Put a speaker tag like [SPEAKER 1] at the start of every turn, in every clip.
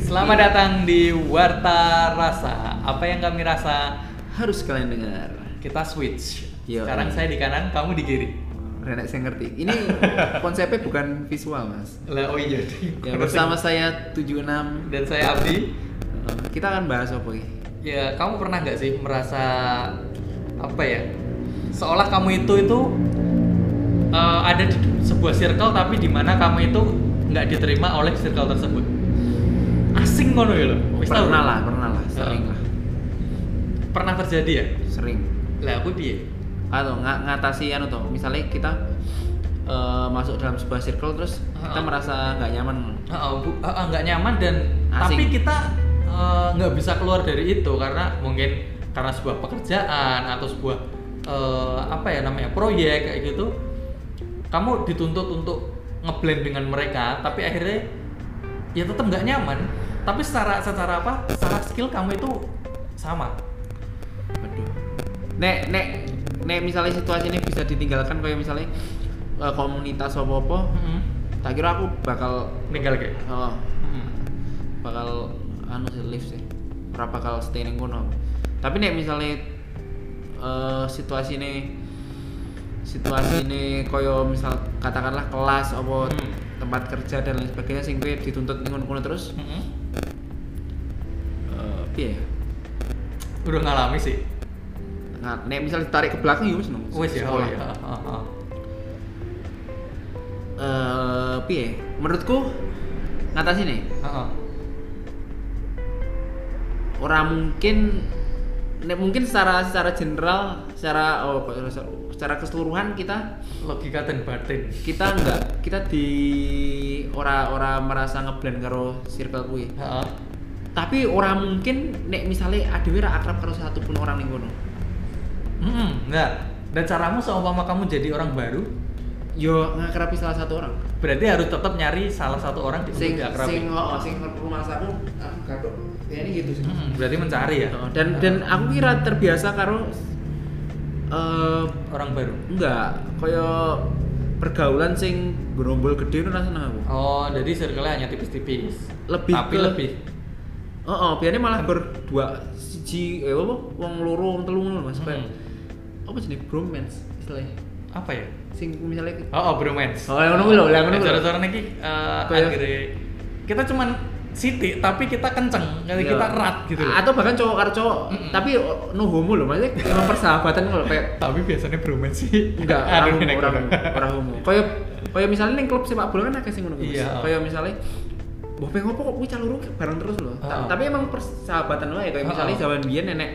[SPEAKER 1] Selamat datang di Warta Rasa. Apa yang kami rasa
[SPEAKER 2] harus kalian dengar.
[SPEAKER 1] kita switch.
[SPEAKER 2] Yo.
[SPEAKER 1] Sekarang saya di kanan, kamu di kiri.
[SPEAKER 2] Renek saya ngerti. Ini konsepnya bukan visual mas.
[SPEAKER 1] Lah oh iya. di-
[SPEAKER 2] Ya, bersama saya 76
[SPEAKER 1] dan saya Abdi.
[SPEAKER 2] Eh, kita akan bahas apa ini?
[SPEAKER 1] Ya, kamu pernah nggak sih merasa apa ya? Seolah kamu itu itu eh, ada di sebuah circle tapi di mana kamu itu nggak diterima oleh circle tersebut. Asing ngono ya lo. Wis tau
[SPEAKER 2] Pernah
[SPEAKER 1] nggak?
[SPEAKER 2] lah, pernah lah, sering
[SPEAKER 1] Eh.
[SPEAKER 2] lah,
[SPEAKER 1] Pernah terjadi ya?
[SPEAKER 2] sering.
[SPEAKER 1] Lah aku piye?
[SPEAKER 2] Atau nggak ngatasi anu toh, misalnya kita eh, masuk dalam sebuah circle terus
[SPEAKER 1] Heeh.
[SPEAKER 2] kita merasa nggak nyaman.
[SPEAKER 1] Heeh, bu- heeh, nggak nyaman dan
[SPEAKER 2] Asing.
[SPEAKER 1] tapi kita eh, nggak bisa keluar dari itu karena mungkin karena sebuah pekerjaan atau sebuah eh, apa ya namanya proyek kayak gitu kamu dituntut untuk ngeblend dengan mereka tapi akhirnya ya tetap nggak nyaman tapi secara secara apa secara skill kamu itu sama
[SPEAKER 2] Waduh. Nek nek nek misalnya situasi ini bisa ditinggalkan kayak misalnya eh, komunitas apa-apa,
[SPEAKER 1] Heeh.
[SPEAKER 2] tak kira aku bakal
[SPEAKER 1] meninggal kayak
[SPEAKER 2] oh,
[SPEAKER 1] Heeh.
[SPEAKER 2] bakal anu sih lift sih ora bakal stay ning kono tapi nek misalnya eh situasi ini situasi ini koyo misal katakanlah kelas apa
[SPEAKER 1] Hmm.
[SPEAKER 2] tempat kerja dan lain sebagainya sing kowe dituntut ning kono terus
[SPEAKER 1] Heeh.
[SPEAKER 2] eh piye ya
[SPEAKER 1] udah ngalami sih
[SPEAKER 2] Nah, nek misal ditarik ke belakang ya wis nang
[SPEAKER 1] wes ya oh,
[SPEAKER 2] sekolah.
[SPEAKER 1] ya. Heeh, heeh.
[SPEAKER 2] Eh, piye menurutku ngatasi nih
[SPEAKER 1] Heeh.
[SPEAKER 2] orang mungkin nek mungkin secara secara general secara oh, kok- secara keseluruhan kita
[SPEAKER 1] logika dan batin
[SPEAKER 2] kita enggak kita di ora-ora merasa ngeblend karo circle kuwi
[SPEAKER 1] Heeh.
[SPEAKER 2] tapi ora mungkin nek misalnya adewe ra akrab karo satu pun orang ning kono
[SPEAKER 1] Hmm, nah, dan caramu seumpama kamu jadi orang baru,
[SPEAKER 2] yo ngakrabi salah satu orang
[SPEAKER 1] berarti harus tetap nyari salah satu orang di
[SPEAKER 2] sing
[SPEAKER 1] sini akrabi.
[SPEAKER 2] sing oh, sing rumah aku aku gaduh ya ini gitu sih
[SPEAKER 1] Hmm, berarti mencari ya.
[SPEAKER 2] Oh, dan dan aku kira terbiasa karo eh
[SPEAKER 1] orang baru.
[SPEAKER 2] enggak kaya pergaulan sing gerombol gede itu rasanya aku
[SPEAKER 1] Oh, jadi circle-nya hanya tipis-tipis.
[SPEAKER 2] Lebih
[SPEAKER 1] Tapi
[SPEAKER 2] ke-
[SPEAKER 1] lebih.
[SPEAKER 2] Oh, oh biasanya malah berdua siji eh apa wong loro wong telu ngono Mas. Kayak,
[SPEAKER 1] Hmm.
[SPEAKER 2] Apa jenis bromance istilahnya?
[SPEAKER 1] Apa ya?
[SPEAKER 2] Sing misalnya
[SPEAKER 1] Oh, oh bromance.
[SPEAKER 2] Oh, yang ngono kuwi lho, yang ngono kuwi lho.
[SPEAKER 1] Cara-cara niki eh,
[SPEAKER 2] Kayak-
[SPEAKER 1] akhirnya kita cuman sitik tapi kita kenceng, kali
[SPEAKER 2] Iya.
[SPEAKER 1] kita erat gitu Hmm, loh.
[SPEAKER 2] Atau bahkan cowok karo cowok, tapi oh, no homo loh, maksudnya emang persahabatan kalau kayak
[SPEAKER 1] tapi biasanya bromance sih.
[SPEAKER 2] enggak
[SPEAKER 1] Aduh,
[SPEAKER 2] orang
[SPEAKER 1] nek-
[SPEAKER 2] homo, orang homo, orang homo. Kayak kayak misalnya ning klub sepak bola kan akeh sing ngono kuwi. Mas.
[SPEAKER 1] Iya.
[SPEAKER 2] Kayak misalnya Wah, pengen ngopo kok kuwi caluru bareng terus loh.
[SPEAKER 1] Heeh.
[SPEAKER 2] Ta- Tapi emang persahabatan wae kayak misalnya
[SPEAKER 1] Heeh.
[SPEAKER 2] zaman biyen nenek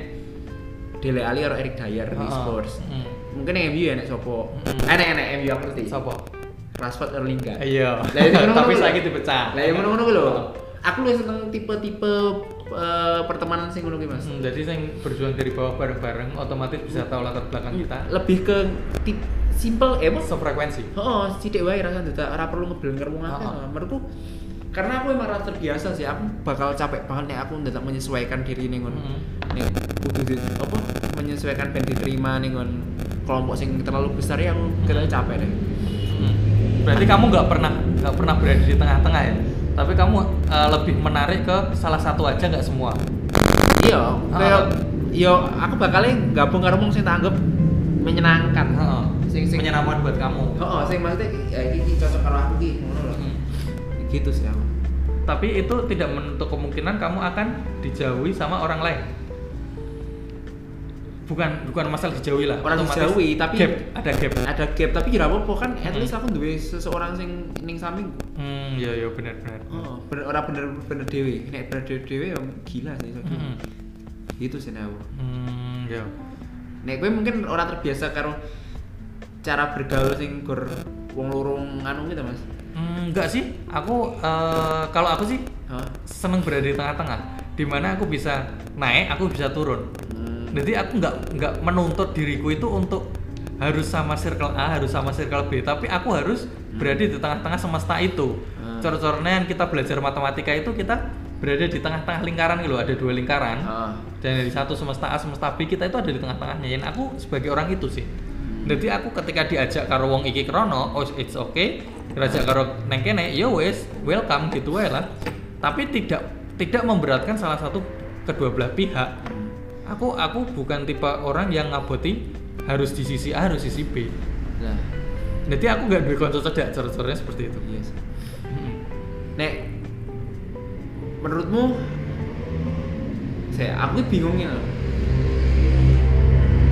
[SPEAKER 2] Dele Ali karo Erik Dyer di
[SPEAKER 1] Heeh.
[SPEAKER 2] Spurs.
[SPEAKER 1] Hmm.
[SPEAKER 2] Mungkin yang MU ya nek sopo.
[SPEAKER 1] Mm.
[SPEAKER 2] Enak enak MU aku ngerti.
[SPEAKER 1] Sopo?
[SPEAKER 2] Rashford Erlingga.
[SPEAKER 1] Iya.
[SPEAKER 2] Lah, ini ngono-ngono
[SPEAKER 1] Tapi
[SPEAKER 2] kuwi lho.
[SPEAKER 1] saiki dipecah.
[SPEAKER 2] Lah iya, yang ngono-ngono kuwi lho. Aku lebih seneng tipe-tipe eh, pertemanan sing ngono kuwi Mas.
[SPEAKER 1] Hmm, jadi yang berjuang dari bawah bareng-bareng otomatis bisa tahu latar belakang
[SPEAKER 2] Hmm.
[SPEAKER 1] kita
[SPEAKER 2] Lebih ke tip simple eh Mas.
[SPEAKER 1] sefrekuensi.
[SPEAKER 2] Heeh, sithik wae rasane dadak ora perlu ngeblenger wong akeh.
[SPEAKER 1] Heeh.
[SPEAKER 2] Menurutku karena aku emang rasa terbiasa sih, aku bakal capek banget nek aku dadak menyesuaikan diri ning ngono.
[SPEAKER 1] Mm.
[SPEAKER 2] Nek kudu di- apa menyesuaikan ben diterima ning ngono kelompok sing terlalu besar ya aku kira capek deh.
[SPEAKER 1] Hmm. Berarti kamu nggak pernah nggak pernah berada di tengah-tengah ya. Tapi kamu eh, lebih menarik ke salah satu aja nggak semua.
[SPEAKER 2] iya kayak
[SPEAKER 1] Heeh.
[SPEAKER 2] iya aku bakalnya gabung karo wong sing tak anggap menyenangkan
[SPEAKER 1] Heeh.
[SPEAKER 2] Sing- sing-
[SPEAKER 1] Menyenangkan buat kamu.
[SPEAKER 2] heeh sing maksudnya ya iki iki cocok karo aku iki ngono lho
[SPEAKER 1] Hmm.
[SPEAKER 2] gitu sih aku
[SPEAKER 1] Tapi itu tidak menutup kemungkinan kamu akan dijauhi sama orang lain. Bukan bukan masalah dijauhi lah.
[SPEAKER 2] Orang
[SPEAKER 1] otomatis
[SPEAKER 2] dijauhi, tapi-
[SPEAKER 1] gap, ada gap.
[SPEAKER 2] ada gap tapi ya apa-apa kan at least aku duwe seseorang sing ning samping
[SPEAKER 1] Hmm, ya ya benar-benar.
[SPEAKER 2] heeh bener ora bener bener dhewe nek bener dhewe dhewe ya gila sih so.
[SPEAKER 1] Hmm.
[SPEAKER 2] gitu sih nek aku
[SPEAKER 1] Hmm, ya.
[SPEAKER 2] nek gue mungkin orang terbiasa karo cara bergaul sing gor wong lorong anu gitu mas
[SPEAKER 1] Hmm, enggak sih. Aku eh, kalau aku sih
[SPEAKER 2] heeh
[SPEAKER 1] seneng berada di tengah-tengah. Dimana aku bisa naik, aku bisa turun.
[SPEAKER 2] Hmm.
[SPEAKER 1] Jadi aku nggak nggak menuntut diriku itu untuk harus sama circle A, harus sama circle B. Tapi aku harus berada di tengah-tengah semesta itu.
[SPEAKER 2] Hmm.
[SPEAKER 1] Cor-cornya yang kita belajar matematika itu kita berada di tengah-tengah lingkaran gitu. loh. Ada dua lingkaran.
[SPEAKER 2] Heeh.
[SPEAKER 1] Dan dari satu semesta A, semesta B kita itu ada di tengah-tengahnya. Dan aku sebagai orang itu sih. Jadi aku ketika diajak karo wong iki krono, oh it's okay. Diajak karo neng kene, ya wes, welcome gitu wae lah. Tapi tidak tidak memberatkan salah satu kedua belah pihak
[SPEAKER 2] Hmm.
[SPEAKER 1] aku aku bukan tipe orang yang ngaboti harus di sisi A harus di sisi B
[SPEAKER 2] Nah,
[SPEAKER 1] jadi aku nggak duwe konco cedak cara seperti itu
[SPEAKER 2] iya sih. Nek menurutmu saya aku bingungnya loh.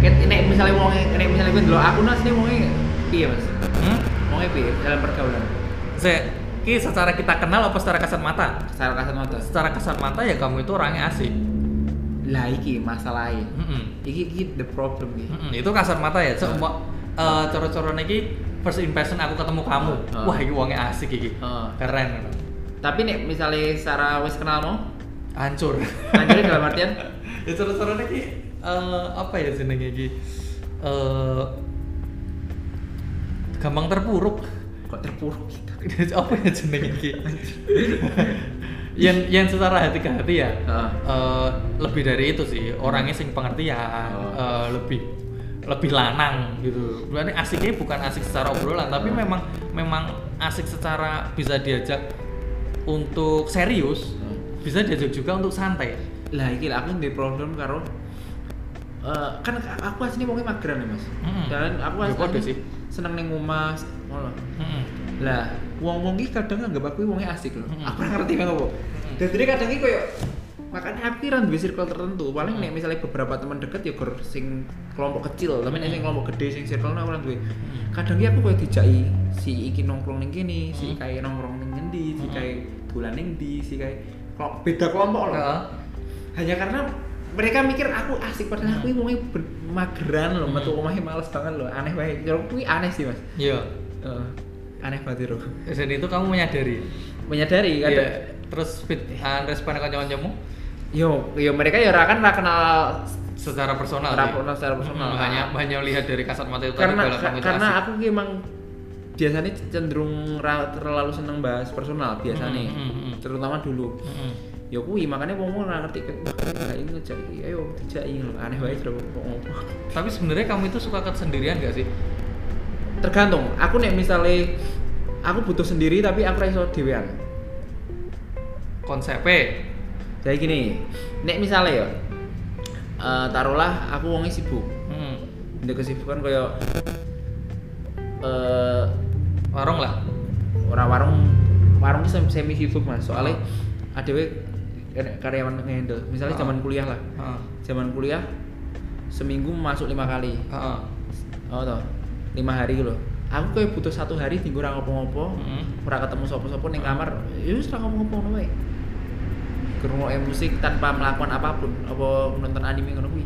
[SPEAKER 2] Ket nek misalnya wong nek misalnya gue dulu aku nas nih wongnya piye Mas?
[SPEAKER 1] hmm?
[SPEAKER 2] Wongnya piye dalam pergaulan?
[SPEAKER 1] saya ki secara kita kenal apa secara kasat mata
[SPEAKER 2] Secara kasat mata.
[SPEAKER 1] secara kasat mata ya kamu itu orangnya asik Hmm.
[SPEAKER 2] Lah iki masalahnya.
[SPEAKER 1] Mm-mm.
[SPEAKER 2] Iki iki the problem iki.
[SPEAKER 1] Mm-mm, itu kasat mata ya coba eh coro-coro iki first impression aku ketemu kamu
[SPEAKER 2] Heeh.
[SPEAKER 1] wah ini uangnya asik iki
[SPEAKER 2] Heeh.
[SPEAKER 1] keren
[SPEAKER 2] Tapi nek misalnya secara wis kenal mau,
[SPEAKER 1] hancur
[SPEAKER 2] lanjutnya dalam artian
[SPEAKER 1] ya coro-coro iki eh, apa ya jenenge iki Eh, gampang terpuruk
[SPEAKER 2] kok terpuruk gitu.
[SPEAKER 1] apa ya jenenge iki yang yang secara hati ke hati ya
[SPEAKER 2] Heeh.
[SPEAKER 1] eh, lebih dari itu sih orangnya sing pengertian
[SPEAKER 2] Oh.
[SPEAKER 1] eh, lebih lebih lanang gitu. Berarti asiknya bukan asik secara obrolan tapi
[SPEAKER 2] Oh.
[SPEAKER 1] memang memang asik secara bisa diajak untuk serius,
[SPEAKER 2] Oh.
[SPEAKER 1] bisa diajak juga untuk santai.
[SPEAKER 2] lah iki lah, aku di problem karo eh, kan aku aslinya wongnya mageran ya mas
[SPEAKER 1] Mm-mm.
[SPEAKER 2] dan aku
[SPEAKER 1] Ya, kode
[SPEAKER 2] aslinya
[SPEAKER 1] sih.
[SPEAKER 2] seneng neng rumah ngono
[SPEAKER 1] Mm-mm.
[SPEAKER 2] lah wong wong iki kadang nggak aku wongnya asik loh
[SPEAKER 1] Mm-mm.
[SPEAKER 2] aku ora ngerti banget kok
[SPEAKER 1] Hmm.
[SPEAKER 2] dan jadi kadang iki koyo makanya aku kira duwe circle tertentu paling
[SPEAKER 1] Hmm.
[SPEAKER 2] nek misalnya beberapa teman deket ya gur sing kelompok kecil tapi nek sing
[SPEAKER 1] Hmm.
[SPEAKER 2] kelompok gede sing circle aku ora duwe kadang iki aku koyo dijaki si iki nongkrong ning kene
[SPEAKER 1] Mm.
[SPEAKER 2] si kae nongkrong ning ngendi si
[SPEAKER 1] Mm-mm.
[SPEAKER 2] kae dolan ning ndi si kae kok beda kelompok loh
[SPEAKER 1] Heeh.
[SPEAKER 2] hanya karena mereka mikir aku asik padahal aku ini wongnya ben- mageran loh
[SPEAKER 1] Hmm.
[SPEAKER 2] metu omahnya males banget loh aneh banget kalau aku ini aneh sih mas
[SPEAKER 1] Iya.
[SPEAKER 2] Eh, aneh banget itu
[SPEAKER 1] Dan itu kamu menyadari.
[SPEAKER 2] menyadari
[SPEAKER 1] Iya.
[SPEAKER 2] ada
[SPEAKER 1] Terus fit ah, respon kanca-kancamu
[SPEAKER 2] yo yo mereka ya ora kan ora kenal
[SPEAKER 1] secara personal.
[SPEAKER 2] Secara
[SPEAKER 1] sih.
[SPEAKER 2] personal, secara personal.
[SPEAKER 1] Mm, Hanya hanya lihat dari kasat mata itu tadi
[SPEAKER 2] karena
[SPEAKER 1] kalau kamu itu
[SPEAKER 2] karena
[SPEAKER 1] asik.
[SPEAKER 2] aku ki emang biasanya cenderung ra- terlalu seneng bahas personal biasanya
[SPEAKER 1] Hmm, hmm, hmm, hmm.
[SPEAKER 2] terutama dulu
[SPEAKER 1] Mm-mm.
[SPEAKER 2] ya kui makanya wong wong ngerti kan nggak ingin ngejak iki, ayo dijak iki loh aneh banget loh ngopo
[SPEAKER 1] Tapi sebenarnya kamu itu suka kesendirian gak sih?
[SPEAKER 2] tergantung aku nek misalnya aku butuh sendiri tapi aku ra iso dhewean
[SPEAKER 1] Konsepnya.
[SPEAKER 2] jadi gini nek misalnya ya eh, taruhlah aku wongnya sibuk
[SPEAKER 1] Mm.
[SPEAKER 2] ndek kesibukan kayak eh
[SPEAKER 1] Warung lah.
[SPEAKER 2] orang warung warung ki sem- semi sibuk mas soalnya ada karyawan ngehandle misalnya
[SPEAKER 1] Ah.
[SPEAKER 2] zaman kuliah lah
[SPEAKER 1] Heeh.
[SPEAKER 2] zaman kuliah seminggu masuk lima kali
[SPEAKER 1] Heeh.
[SPEAKER 2] oh toh lima hari loh aku kayak butuh satu hari tinggal ora ngopo-ngopo
[SPEAKER 1] Mm.
[SPEAKER 2] ora ketemu sapa-sapa ning kamar ya wis ora ngomong-ngomong ngono wae ngrungokke musik tanpa melakukan apapun apa nonton anime ngono kuwi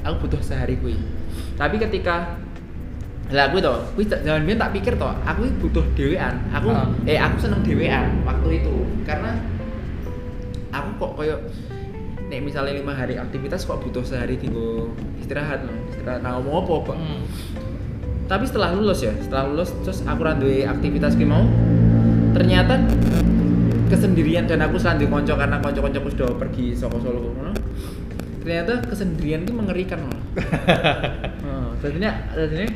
[SPEAKER 2] aku butuh sehari kuwi tapi ketika lah kuwi to kuwi tak- jangan biar tak pikir to aku ini butuh dewean aku
[SPEAKER 1] Ah.
[SPEAKER 2] eh aku seneng dewean waktu itu karena aku kok koyo nek misalnya lima hari aktivitas kok butuh sehari tinggal istirahat loh istirahat nah ngomong apa kok
[SPEAKER 1] Mm.
[SPEAKER 2] tapi setelah lulus ya setelah lulus terus aku randuwe aktivitas ki mau ternyata kesendirian dan aku sandi konco karena konco-koncoku sudah pergi soko solo kono ternyata kesendirian ki mengerikan loh hmm, jadinya jadinya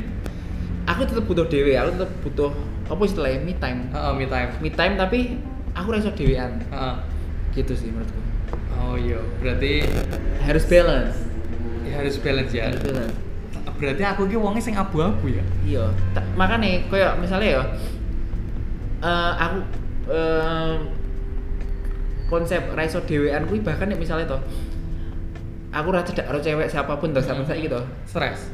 [SPEAKER 2] aku tetap butuh dewe aku tetap butuh apa istilahnya me time
[SPEAKER 1] Heeh, me time.
[SPEAKER 2] me time tapi aku rasa dewean
[SPEAKER 1] Heeh.
[SPEAKER 2] gitu sih menurutku
[SPEAKER 1] Oh iya, berarti
[SPEAKER 2] harus balance
[SPEAKER 1] ya harus balance ya.
[SPEAKER 2] harus balance
[SPEAKER 1] Berarti aku ki wonge sing abu-abu ya.
[SPEAKER 2] iya ta- makanya kayak misalnya ya eh, aku em, konsep raiso dewean kuwi bahkan ya misalnya toh aku ra cedak karo cewek siapapun toh sampe saiki toh
[SPEAKER 1] Stres.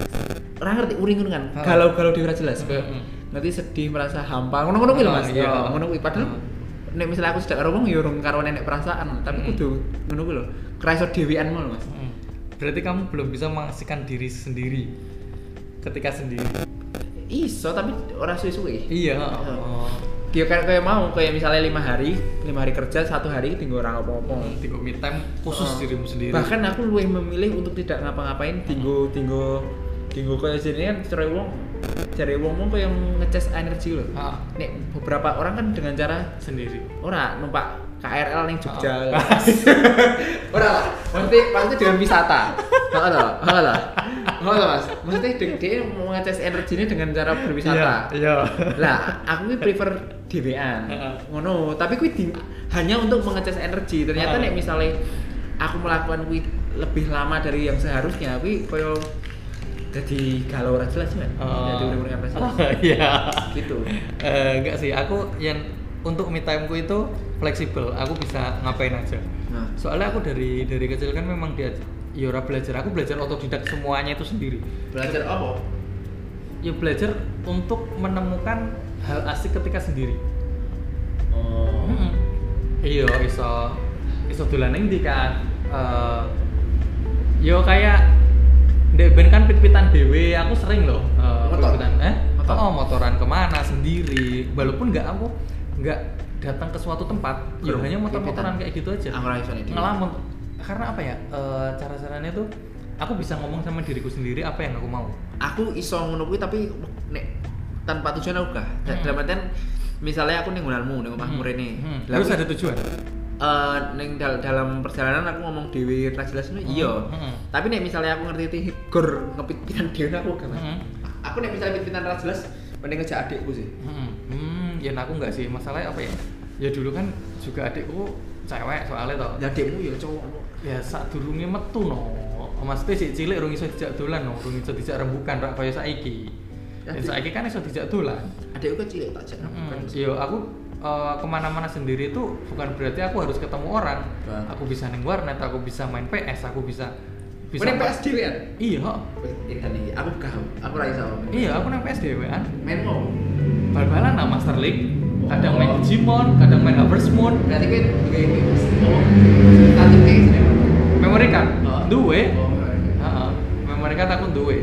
[SPEAKER 2] ora ngerti uring kan
[SPEAKER 1] Heeh.
[SPEAKER 2] galau-galau dhewe ora jelas kayak
[SPEAKER 1] Heeh.
[SPEAKER 2] ngerti sedih merasa hampa ngono-ngono kuwi lho Mas
[SPEAKER 1] Heeh, iya.
[SPEAKER 2] Ya, ngono kuwi padahal nek misalnya aku cedak karo wong ya urung karo nenek perasaan tapi
[SPEAKER 1] Mm.
[SPEAKER 2] kudu ngono kuwi lho raiso dewean ngono Mas
[SPEAKER 1] Mm. Berarti kamu belum bisa mengasihkan diri sendiri ketika sendiri.
[SPEAKER 2] iso tapi ora suwe-suwe
[SPEAKER 1] Iya.
[SPEAKER 2] Heeh.
[SPEAKER 1] Oh.
[SPEAKER 2] Ya kayak kayak mau kayak misalnya lima hari, lima hari kerja, satu hari tinggal orang apa-apa.
[SPEAKER 1] Tipe me time khusus
[SPEAKER 2] Heeh.
[SPEAKER 1] dirimu sendiri.
[SPEAKER 2] Bahkan aku lebih memilih untuk tidak ngapa-ngapain, tinggal tinggal tinggal kayak sini kan cari wong, cari wong wong kayak ngeces energi loh.
[SPEAKER 1] Heeh.
[SPEAKER 2] Nek beberapa orang kan dengan cara
[SPEAKER 1] sendiri.
[SPEAKER 2] ora numpak KRL yang Jogja.
[SPEAKER 1] Heeh.
[SPEAKER 2] ora lah, pasti pasti dengan wisata. Heeh lah, heeh lah. Nggak usah mas, maksudnya dia, dia mau ngecas energinya dengan cara berwisata.
[SPEAKER 1] Iya.
[SPEAKER 2] Lah, aku ini prefer dhewean.
[SPEAKER 1] Heeh.
[SPEAKER 2] Ngono, tapi kuwi di- hanya untuk mengecas energi. Ternyata
[SPEAKER 1] Heeh.
[SPEAKER 2] nek misalnya aku melakukan kuwi lebih lama dari yang seharusnya, kuwi koyo jadi galau ora jelas kan. Jadi
[SPEAKER 1] Oh.
[SPEAKER 2] urip-urip ora jelas.
[SPEAKER 1] Iya.
[SPEAKER 2] Gitu.
[SPEAKER 1] Eh, enggak sih, aku yang untuk me time ku itu fleksibel. Aku bisa ngapain aja.
[SPEAKER 2] Nah,
[SPEAKER 1] Soalnya aku dari dari kecil kan memang dia Yora belajar, aku belajar otodidak semuanya itu sendiri.
[SPEAKER 2] belajar apa?
[SPEAKER 1] Ya belajar untuk menemukan hal asik ketika sendiri.
[SPEAKER 2] Oh.
[SPEAKER 1] Mm-mm. Iya, iso iso dolan ning ndi kan. Eh, yo kayak ndek ben kan pit-pitan dhewe, aku sering loh. eh,
[SPEAKER 2] Motor?
[SPEAKER 1] pit-pitan. Eh?
[SPEAKER 2] Motor?
[SPEAKER 1] Oh, motoran kemana sendiri. Walaupun nggak aku nggak datang ke suatu tempat, yo
[SPEAKER 2] Kru,
[SPEAKER 1] hanya motor-motoran
[SPEAKER 2] pit-pitan.
[SPEAKER 1] kayak gitu aja.
[SPEAKER 2] Aku ora iso nek dhewe.
[SPEAKER 1] Ngelamun. Karena apa ya? eh, cara-caranya tuh aku bisa ngomong sama diriku sendiri apa yang aku mau.
[SPEAKER 2] aku iso ngono kuwi tapi nek tanpa tujuan aku gak.
[SPEAKER 1] Hmm.
[SPEAKER 2] Dalam artian misalnya aku ning nggonanmu, ning omahmu
[SPEAKER 1] Hmm.
[SPEAKER 2] rene.
[SPEAKER 1] Hmm.
[SPEAKER 2] Lah,
[SPEAKER 1] Terus
[SPEAKER 2] aku-
[SPEAKER 1] ada tujuan.
[SPEAKER 2] Eh, neng dal- dalam perjalanan aku ngomong dewi ra jelas itu iya
[SPEAKER 1] Heeh.
[SPEAKER 2] tapi nek misalnya aku ngerti ngerti gor ngepit-pitan dewi aku gak
[SPEAKER 1] Heeh.
[SPEAKER 2] aku nek misalnya pit-pitan ra jelas mending ngejak adikku sih
[SPEAKER 1] Hmm, hmm, ya aku nggak sih. Masalahnya apa ya? Ya dulu kan juga adikku cewek soalnya toh.
[SPEAKER 2] ya adikmu ya cowok no.
[SPEAKER 1] Ya sak durunge metu no. Maksudnya si cilik rung iso dijak dolan no, rung iso dijak rembukan rak kaya saiki. Dan
[SPEAKER 2] Adik-
[SPEAKER 1] saiki kan iso dijak dolan.
[SPEAKER 2] adikku kecil tak jak
[SPEAKER 1] Hmm,
[SPEAKER 2] kan
[SPEAKER 1] ya aku eh, kemana-mana sendiri itu bukan berarti aku harus ketemu orang.
[SPEAKER 2] Nah.
[SPEAKER 1] Aku bisa neng warnet, aku bisa main PS, aku bisa bisa.
[SPEAKER 2] mending PS dewi kan
[SPEAKER 1] Iya,
[SPEAKER 2] pit-pitan iki aku gak aku ra iso
[SPEAKER 1] iya aku neng PS dewean.
[SPEAKER 2] main mau
[SPEAKER 1] Bal-balan lah Master League. Kadang main Digimon, kadang main Harvest Moon.
[SPEAKER 2] berarti kan dewi iki oh tadi kayak gini
[SPEAKER 1] memori card
[SPEAKER 2] Oh.
[SPEAKER 1] duwe
[SPEAKER 2] Oh, oke.
[SPEAKER 1] Heeh. memori card aku duwe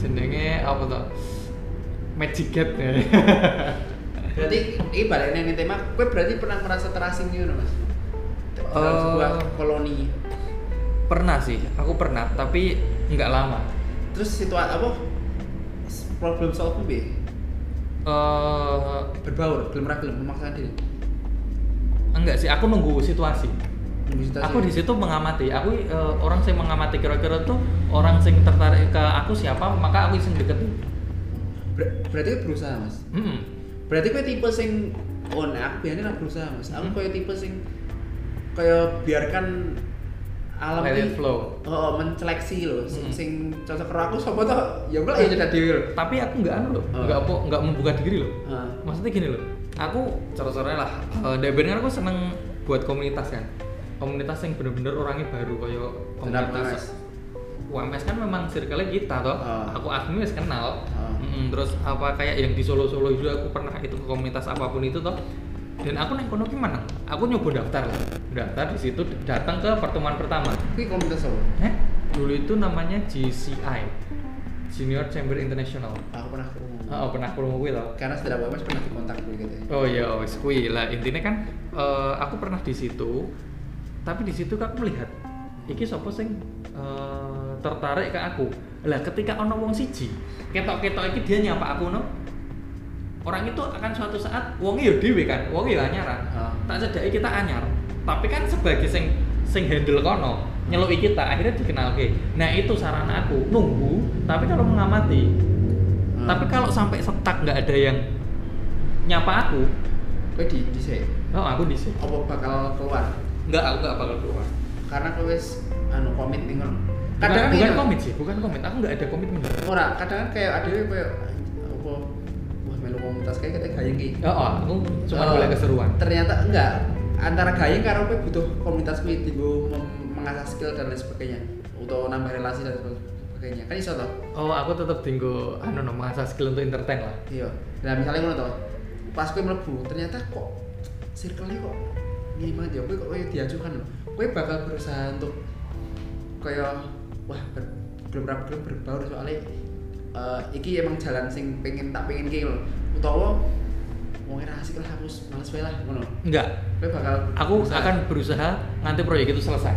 [SPEAKER 1] jenenge apa tuh magic Cat ya
[SPEAKER 2] berarti ini balik neng tema gue berarti pernah merasa terasing gitu no, mas dalam
[SPEAKER 1] Eh.
[SPEAKER 2] sebuah koloni
[SPEAKER 1] pernah sih aku pernah tapi nggak lama
[SPEAKER 2] terus situasi apa problem solve be
[SPEAKER 1] eh
[SPEAKER 2] berbaur gelem ra gelem memaksakan diri
[SPEAKER 1] enggak sih aku nunggu situasi
[SPEAKER 2] Nunggu situasi.
[SPEAKER 1] aku di situ mengamati aku eh, orang yang mengamati kira-kira tuh orang yang tertarik ke aku siapa maka aku iseng deket
[SPEAKER 2] Ber- berarti kowe berusaha mas
[SPEAKER 1] hmm.
[SPEAKER 2] berarti kowe tipe sing oh nah, aku biasanya lah berusaha mas aku
[SPEAKER 1] Hmm.
[SPEAKER 2] koyo tipe sing koyo biarkan alam
[SPEAKER 1] Let
[SPEAKER 2] ini-
[SPEAKER 1] it flow.
[SPEAKER 2] oh, oh, menseleksi loh sing,
[SPEAKER 1] Hmm.
[SPEAKER 2] sing cocok karo aku sopo toh ya mbak ya jadi dhewe lho.
[SPEAKER 1] tapi aku nggak anu loh
[SPEAKER 2] Oh.
[SPEAKER 1] nggak po- nggak membuka diri loh
[SPEAKER 2] Heeh.
[SPEAKER 1] maksudnya gini loh aku cara-caranya lah uh, kan aku seneng buat komunitas kan komunitas yang bener-bener orangnya baru kayak
[SPEAKER 2] Sedap
[SPEAKER 1] komunitas UMS kan memang circle-nya kita toh
[SPEAKER 2] Ah.
[SPEAKER 1] aku admin wis kenal
[SPEAKER 2] Ah.
[SPEAKER 1] Mm-mm, terus apa kayak yang di Solo Solo itu aku pernah itu ke komunitas apapun itu toh dan aku naik kono gimana aku nyoba daftar lah daftar di situ datang ke pertemuan pertama
[SPEAKER 2] kuwi komunitas apa
[SPEAKER 1] eh dulu itu namanya GCI Junior Chamber International
[SPEAKER 2] aku pernah ketemu
[SPEAKER 1] oh, pernah kurung gue tau
[SPEAKER 2] karena setelah bapak mas pernah dikontak gue gitu ya
[SPEAKER 1] Oh ya, wis kuwi lah intinya kan eh, aku pernah di situ, tapi di situ aku melihat iki sapa sing eh, tertarik ke aku. Lah ketika ono wong siji, ketok-ketok iki dia nyapa aku no. Orang itu akan suatu saat wonge yo dhewe kan, wonge yo anyaran.
[SPEAKER 2] Ah.
[SPEAKER 1] Tak cedaki kita anyar. Tapi kan sebagai sing sing handle kono nyeluki kita akhirnya dikenalke. Nah, itu saran aku, nunggu tapi kalau mengamati.
[SPEAKER 2] Hmm.
[SPEAKER 1] Tapi kalau sampai setak nggak ada yang nyapa aku,
[SPEAKER 2] kowe di di sini
[SPEAKER 1] Oh, aku di sini.
[SPEAKER 2] apa bakal keluar
[SPEAKER 1] Enggak, aku enggak bakal keluar.
[SPEAKER 2] karena kowe wis anu komit ning ngono.
[SPEAKER 1] Kadang Oh,
[SPEAKER 2] Kadang
[SPEAKER 1] bukan
[SPEAKER 2] ini-
[SPEAKER 1] komit sih, bukan komit. Aku enggak ada komitmen.
[SPEAKER 2] Ora, kadang kan kayak ada yang kayak apa wah melu komunitas kayak kita gayeng ki.
[SPEAKER 1] Oh, oh, aku cuma
[SPEAKER 2] Eh,
[SPEAKER 1] boleh keseruan.
[SPEAKER 2] Ternyata enggak antara gayeng karo kowe butuh komunitas kuwi dienggo mem- mengasah skill dan lain sebagainya atau nambah relasi dan sebagainya. Kan iso toh?
[SPEAKER 1] Oh, aku tetap tinggal anu no, mengasah skill untuk entertain lah.
[SPEAKER 2] Iya. Nah, misalnya ngono toh. Pas kowe mlebu, ternyata kok circle-nya kok ngene banget ya. Kowe kok kayak diacuhkan loh. Kowe bakal berusaha untuk kayak wah ber, belum rap belum berbaur soalnya eh, iki emang jalan sing pengen tak pengen ki loh. Utawa mau ngira asik lah aku males wae lah ngono.
[SPEAKER 1] Enggak.
[SPEAKER 2] Kowe bakal
[SPEAKER 1] Aku
[SPEAKER 2] berusaha.
[SPEAKER 1] akan berusaha nanti proyek itu selesai.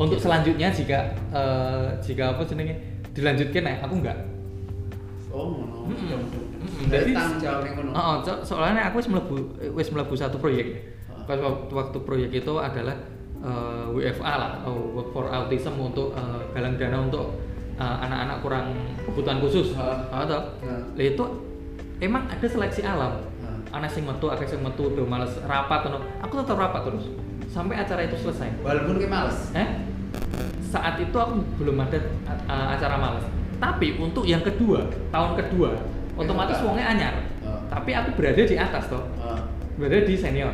[SPEAKER 1] Untuk selanjutnya jika eh, jika apa jenenge dilanjutkan ya, aku enggak.
[SPEAKER 2] oh ngono.
[SPEAKER 1] Mm-mm.
[SPEAKER 2] Iya, ngono.
[SPEAKER 1] Mm-mm.
[SPEAKER 2] Dari
[SPEAKER 1] Jadi-
[SPEAKER 2] tanggung jawabnya ngono.
[SPEAKER 1] Oh, oh, so- soalnya aku wis mlebu wis mlebu satu proyek.
[SPEAKER 2] Oh.
[SPEAKER 1] Pas waktu, waktu proyek itu adalah eh, WFA lah, oh, Work for Autism untuk eh, galang dana untuk eh, anak-anak kurang kebutuhan khusus
[SPEAKER 2] Ha.
[SPEAKER 1] Ah, toh.
[SPEAKER 2] Ha.
[SPEAKER 1] Lah itu emang ada seleksi alam
[SPEAKER 2] Ha.
[SPEAKER 1] anak sing metu akeh sing metu udah males rapat ngono. aku tetap rapat terus sampai acara itu selesai
[SPEAKER 2] Walaupun kayak males.
[SPEAKER 1] eh saat itu aku belum ada uh, acara males tapi untuk yang kedua tahun kedua otomatis
[SPEAKER 2] Kebuka.
[SPEAKER 1] wongnya anyar
[SPEAKER 2] Oh.
[SPEAKER 1] tapi aku berada di atas toh
[SPEAKER 2] Ah.
[SPEAKER 1] berada di senior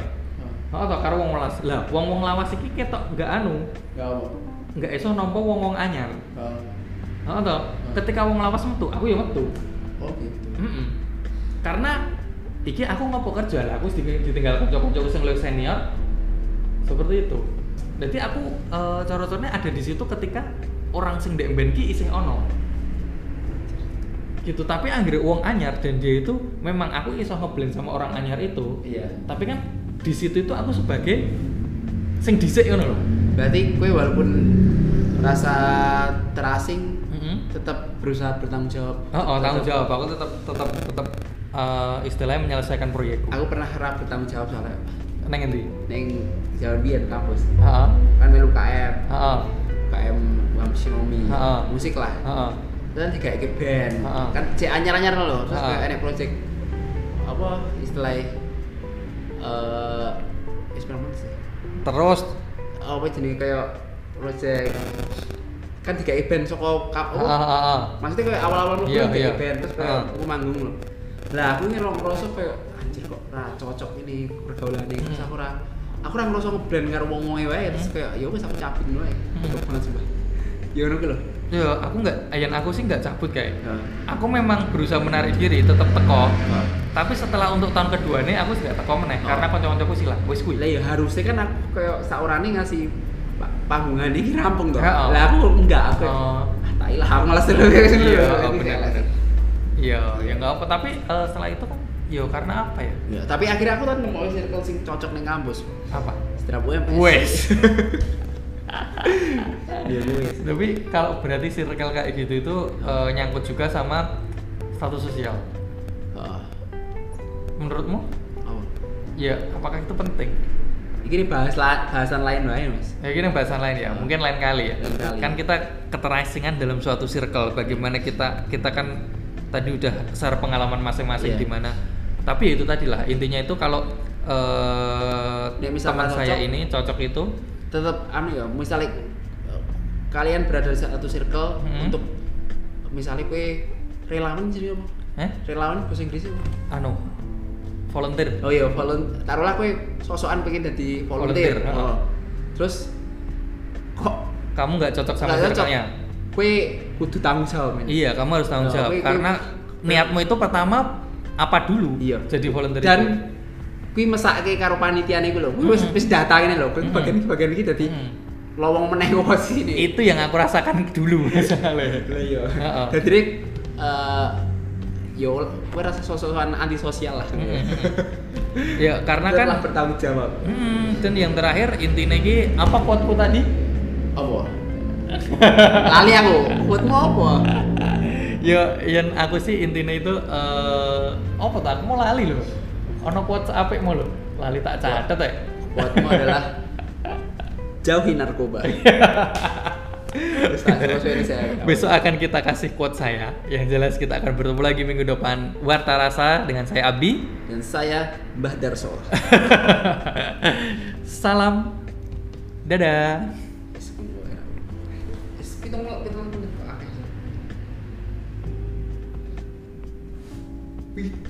[SPEAKER 1] oh
[SPEAKER 2] Ah.
[SPEAKER 1] toh karo wong lawas lah wong wong lawas iki ketok nggak anu
[SPEAKER 2] Gak apa.
[SPEAKER 1] nggak iso nampa wong wong anyar
[SPEAKER 2] Ah.
[SPEAKER 1] oh toh ketika wong lawas metu aku ya metu
[SPEAKER 2] Oh gitu.
[SPEAKER 1] Mm-mm. karena iki aku ngopo kerja lah aku sedikit ditinggal kanca-kanca sing luwih senior seperti itu jadi aku eh cara-caranya ada di situ ketika orang sing ndek mben ki isih ono gitu tapi anggere uang anyar dan dia itu memang aku iso ngeblend sama orang anyar itu
[SPEAKER 2] Iya.
[SPEAKER 1] tapi kan di situ itu aku sebagai sing dhisik ngono loh
[SPEAKER 2] Berarti kue walaupun rasa terasing
[SPEAKER 1] Heeh.
[SPEAKER 2] tetap berusaha bertanggung jawab.
[SPEAKER 1] oh, oh, tanggung
[SPEAKER 2] Tetap-
[SPEAKER 1] jawab aku tetap tetap tetap eh, istilahnya menyelesaikan proyekku
[SPEAKER 2] Aku pernah harap bertanggung jawab soalnya
[SPEAKER 1] neng endi
[SPEAKER 2] neng jalan biar kampus
[SPEAKER 1] heeh
[SPEAKER 2] kan melu KM
[SPEAKER 1] heeh
[SPEAKER 2] KM Wam Xiaomi
[SPEAKER 1] Ha-ha.
[SPEAKER 2] musik lah
[SPEAKER 1] Heeh.
[SPEAKER 2] dan tiga ke band
[SPEAKER 1] Ha-ha.
[SPEAKER 2] kan cek anyar anyar loh terus
[SPEAKER 1] Ha-ha.
[SPEAKER 2] kayak enek project apa istilah eh eksperimen sih
[SPEAKER 1] Terus
[SPEAKER 2] apa jenis kayak project kan tiga event soko kap
[SPEAKER 1] heeh heeh.
[SPEAKER 2] maksudnya kayak awal-awal lu
[SPEAKER 1] Iya, iya.
[SPEAKER 2] kan kayak band terus kayak
[SPEAKER 1] Ah.
[SPEAKER 2] aku manggung loh lah aku ngerasa ngerasa kayak anjir kok ra cocok ini pergaulan ini terus
[SPEAKER 1] Hmm.
[SPEAKER 2] aku ra aku ra ngerasa ngeblend karo wong wong wae terus
[SPEAKER 1] Hmm.
[SPEAKER 2] kayak ya wis aku capin wae
[SPEAKER 1] Hmm.
[SPEAKER 2] cocok banget sumpah ya ngono ku lho
[SPEAKER 1] Yo, aku nggak, ayan aku sih nggak cabut kayak.
[SPEAKER 2] Ya.
[SPEAKER 1] Aku memang berusaha menarik diri, tetap teko.
[SPEAKER 2] Ah.
[SPEAKER 1] Tapi setelah untuk tahun kedua ini aku sudah teko meneh
[SPEAKER 2] Oh.
[SPEAKER 1] karena kanca-kancaku sih lah, wis kuwi.
[SPEAKER 2] lah ya harusnya kan aku kayak saurane ngasih pa- panggungan ini rampung toh
[SPEAKER 1] Ya, oh.
[SPEAKER 2] lah aku enggak
[SPEAKER 1] Oh.
[SPEAKER 2] aku ah tak ilah aku malas dulu kayak gitu
[SPEAKER 1] Iya,
[SPEAKER 2] loh.
[SPEAKER 1] oh,
[SPEAKER 2] Ini
[SPEAKER 1] bener,
[SPEAKER 2] kayak-
[SPEAKER 1] bener. Iya, ya nggak apa. Tapi eh, setelah itu kan, yo karena apa ya?
[SPEAKER 2] Ya, tapi akhirnya aku kan nemu circle sing cocok ning kampus
[SPEAKER 1] Apa?
[SPEAKER 2] setelah UMS
[SPEAKER 1] Wes.
[SPEAKER 2] ya wes
[SPEAKER 1] Tapi kalau berarti circle kayak gitu itu
[SPEAKER 2] Ya.
[SPEAKER 1] eh, nyangkut juga sama status sosial.
[SPEAKER 2] Ah,
[SPEAKER 1] Menurutmu?
[SPEAKER 2] apa?
[SPEAKER 1] Ya, apakah itu penting?
[SPEAKER 2] oh. Ini bahas la- bahasan lain wae, Mas.
[SPEAKER 1] Ya ini bahasan lain ya, mungkin lain kali ya.
[SPEAKER 2] Lain kali.
[SPEAKER 1] Kan kita keterasingan dalam suatu circle, bagaimana kita kita kan tadi udah share pengalaman masing-masing
[SPEAKER 2] Iya.
[SPEAKER 1] di mana. Tapi ya itu tadi lah intinya itu kalau eh
[SPEAKER 2] Ya,
[SPEAKER 1] teman
[SPEAKER 2] misalkan
[SPEAKER 1] saya
[SPEAKER 2] cocok.
[SPEAKER 1] ini cocok itu,
[SPEAKER 2] Tetap anu ya, misalnya eh, kalian berada di satu circle
[SPEAKER 1] Hmm.
[SPEAKER 2] untuk misalnya kue relawan jadi apa?
[SPEAKER 1] eh,
[SPEAKER 2] Relawan bahasa Inggris apa?
[SPEAKER 1] anu volunteer.
[SPEAKER 2] Oh iya, volunteer. Taruhlah kue sosokan pengen jadi volunteer.
[SPEAKER 1] Volunteer,
[SPEAKER 2] Oh. Terus kok
[SPEAKER 1] Kamu nggak cocok sama
[SPEAKER 2] nggak cocok?
[SPEAKER 1] circle-nya.
[SPEAKER 2] Kue kudu tanggung jawab men.
[SPEAKER 1] Iya, kamu harus tanggung
[SPEAKER 2] Oh,
[SPEAKER 1] jawab
[SPEAKER 2] wait, wait.
[SPEAKER 1] karena niatmu itu pertama apa dulu?
[SPEAKER 2] Iya.
[SPEAKER 1] Jadi volunteer
[SPEAKER 2] Dan
[SPEAKER 1] itu.
[SPEAKER 2] kui mesake karo panitiane iku lho. Kui wis
[SPEAKER 1] Mm-mm.
[SPEAKER 2] wis data ngene lho. Kui
[SPEAKER 1] Mm-mm.
[SPEAKER 2] bagian bagian iki dadi
[SPEAKER 1] Mm.
[SPEAKER 2] lowong meneh opo sih ini.
[SPEAKER 1] itu yang aku rasakan dulu.
[SPEAKER 2] Lah iya.
[SPEAKER 1] Heeh.
[SPEAKER 2] Dadi rek eh yo kowe rasa sosokan antisosial lah.
[SPEAKER 1] ya karena Hmm. kan
[SPEAKER 2] Lah bertanggung jawab.
[SPEAKER 1] Hmm, dan yang terakhir intinya ini apa quote-ku tadi?
[SPEAKER 2] Apa? Lali aku, buatmu apa?
[SPEAKER 1] Ya, yang aku sih intinya itu eh apa tak mau lali loh. Ono quotes apik mau lho. Lali tak catet ya.
[SPEAKER 2] Buatmu adalah jauhi narkoba. Terus tak sesuai ini saya.
[SPEAKER 1] Besok akan kita kasih quote saya. Yang jelas kita akan bertemu lagi minggu depan Warta Rasa dengan saya Abi.
[SPEAKER 2] Dan saya Mbah Darso.
[SPEAKER 1] Salam. Dadah.
[SPEAKER 2] Wis, kumpul ya. Wis, Pitung pitung pitung. Pitung.